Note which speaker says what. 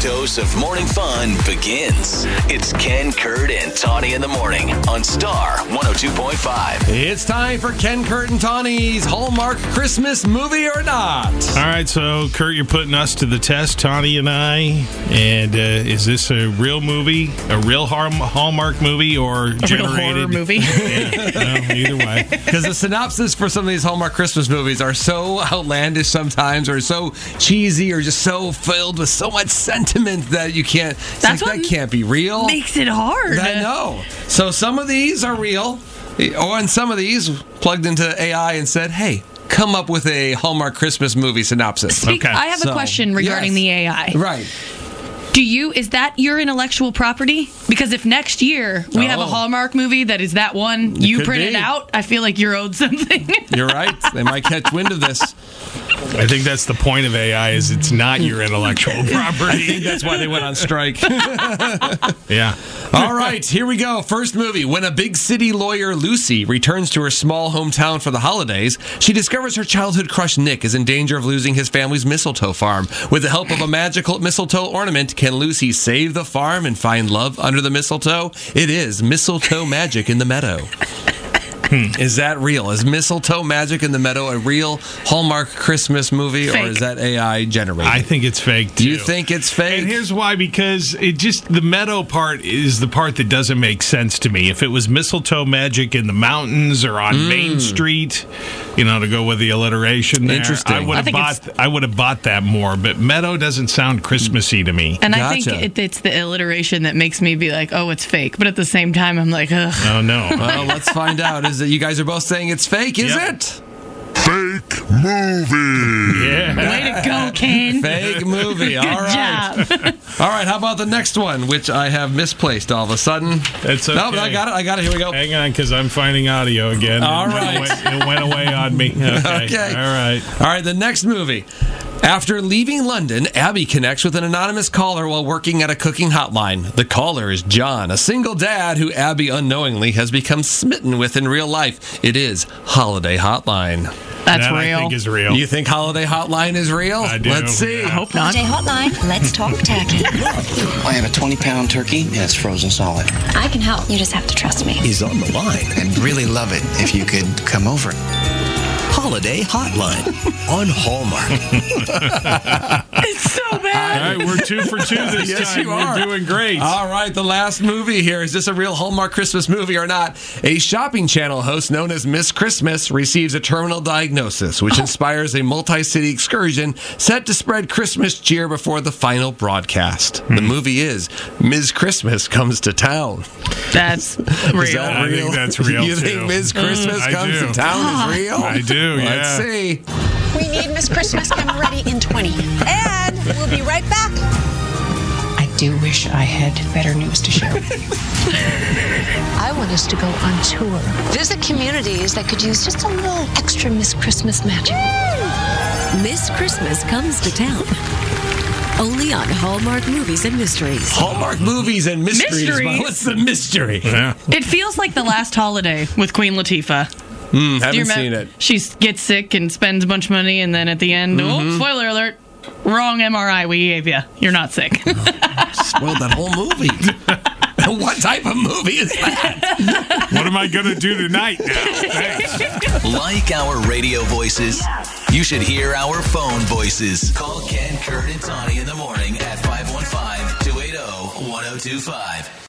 Speaker 1: dose of morning fun begins. It's Ken, Kurt, and Tawny in the morning on Star 102.5.
Speaker 2: It's time for Ken Kurt and Tawny's Hallmark Christmas movie or not.
Speaker 3: All right, so Kurt, you're putting us to the test, Tony and I. And uh, is this a real movie, a real Har- Hallmark movie, or
Speaker 4: A real
Speaker 3: generated?
Speaker 4: horror movie.
Speaker 3: Yeah, no, either way.
Speaker 2: Because the synopsis for some of these Hallmark Christmas movies are so outlandish sometimes, or so cheesy, or just so filled with so much sentiment that you can't. it's
Speaker 4: That's
Speaker 2: like, that
Speaker 4: what
Speaker 2: can't be real.
Speaker 4: Makes it hard.
Speaker 2: Oh. I know. So some of these are real, or and some of these plugged into AI and said, "Hey, come up with a Hallmark Christmas movie synopsis."
Speaker 4: Speak-
Speaker 3: Okay,
Speaker 4: I have
Speaker 2: so-
Speaker 4: a question
Speaker 2: yes.
Speaker 4: regarding the AI.
Speaker 2: Right.
Speaker 4: Do you is that your intellectual property? Because if next year we have
Speaker 2: Oh.
Speaker 4: a Hallmark movie that is that one you
Speaker 2: could
Speaker 4: printed
Speaker 2: be.
Speaker 4: out, I feel like you're owed something.
Speaker 2: You're right. They might catch wind of this.
Speaker 3: I think that's the point of AI is it's not your intellectual property.
Speaker 2: That's why they went on strike.
Speaker 3: yeah.
Speaker 2: All right, here we go. First movie. When a big city lawyer, Lucy, returns to her small hometown for the holidays, she discovers her childhood crush, Nick, is in danger of losing his family's mistletoe farm. With the help of a magical mistletoe ornament, can Lucy save the farm and find love under the mistletoe? It is mistletoe magic in the meadow.
Speaker 3: Hmm.
Speaker 2: Is that real? Is mistletoe magic in the meadow a real Hallmark Christmas movie, or
Speaker 4: Fake.
Speaker 2: is that AI generated?
Speaker 3: I think it's fake, too.
Speaker 2: Do you think it's fake?
Speaker 3: And here's why because it just the meadow part is the part that doesn't make sense to me. If it was mistletoe magic in the mountains or
Speaker 2: Hmm.
Speaker 3: on Main Street, you know, to go with the alliteration there,
Speaker 2: Interesting.
Speaker 3: I would
Speaker 4: I
Speaker 3: have
Speaker 4: think
Speaker 3: bought I would have bought that more, but meadow doesn't sound Christmassy to me.
Speaker 4: and I think
Speaker 2: Gotcha.
Speaker 4: it, it's the alliteration that makes me be like, oh, it's fake. But at the same time, I'm like, ugh.
Speaker 3: Oh no.
Speaker 2: well, let's find out. Is it you guys are both saying it's fake? Is
Speaker 3: Yep.
Speaker 2: it?
Speaker 5: fake movie.
Speaker 3: yeah.
Speaker 4: Way to go, Ken.
Speaker 2: Fake movie. All
Speaker 4: Good
Speaker 2: right.
Speaker 4: job.
Speaker 2: All right. How about the next one, which I have misplaced all of a sudden?
Speaker 3: That's
Speaker 2: No, but
Speaker 3: okay.
Speaker 2: I got it. I got it. Here we go.
Speaker 3: Hang on, because I'm finding audio again.
Speaker 2: All
Speaker 3: It went
Speaker 2: right.
Speaker 3: away- It went away on me. Okay.
Speaker 2: Okay.
Speaker 3: All right.
Speaker 2: All right. The next movie. After leaving London, Abby connects with an anonymous caller while working at a cooking hotline. The caller is John, a single dad who Abby unknowingly has become smitten with in real life. It is Holiday Hotline.
Speaker 4: That's
Speaker 3: that
Speaker 4: real.
Speaker 3: I think is real.
Speaker 2: You think Holiday Hotline is real?
Speaker 3: I do,
Speaker 2: Let's see.
Speaker 3: yeah.
Speaker 4: Hope not.
Speaker 6: Holiday Hotline, let's talk turkey.
Speaker 7: I have a 20 pound turkey and it's frozen solid.
Speaker 6: I can help. You just have to trust me.
Speaker 5: He's on the line. I'd really love it if you could come over. Holiday Hotline on Hallmark.
Speaker 4: It's so bad.
Speaker 3: All right, we're two for two this
Speaker 2: Yes,
Speaker 3: time.
Speaker 2: you
Speaker 3: we're
Speaker 2: are.
Speaker 3: doing great.
Speaker 2: All right, the last movie here. Is this a real Hallmark Christmas movie or not? A shopping channel host known as Miss Christmas receives a terminal diagnosis,
Speaker 4: Oh.
Speaker 2: which inspires a multi city excursion set to spread Christmas cheer before the final broadcast. The
Speaker 4: Hmm.
Speaker 2: movie is Ms. Christmas Comes to Town.
Speaker 4: That's
Speaker 2: Is
Speaker 4: real. Mm.
Speaker 2: that
Speaker 3: I
Speaker 2: real?
Speaker 3: think that's real,
Speaker 2: you
Speaker 3: too.
Speaker 2: think Ms. Christmas
Speaker 3: I
Speaker 2: Comes
Speaker 3: do.
Speaker 2: to Town is real?
Speaker 3: I do, yeah.
Speaker 2: Let's see.
Speaker 8: We need Miss Christmas camera ready in 20. And we'll be right back.
Speaker 9: I do wish I had better news to share with you. I want us to go on tour, visit communities that could use just a little extra Miss Christmas magic.
Speaker 10: Miss Christmas comes to town. Only on Hallmark Movies and Mysteries.
Speaker 2: Hallmark movies and mysteries. but
Speaker 4: Mysteries?
Speaker 2: What's the mystery?
Speaker 3: Yeah.
Speaker 4: It feels like the last holiday with Queen Latifah.
Speaker 2: haven't
Speaker 4: Do you
Speaker 2: seen
Speaker 4: remember?
Speaker 2: it.
Speaker 4: She s- gets sick and spends a bunch of money, and then at the end,
Speaker 2: Mm-hmm.
Speaker 4: oh, spoiler alert, wrong MRI we gave you. You're not sick.
Speaker 2: spoiled that whole movie. what type of movie is that?
Speaker 3: What am I going to do tonight now? Thanks.
Speaker 1: Like our radio voices, you should hear our phone voices. Call oh Ken, Kurt, and Tawny in the morning at 515 280 1025.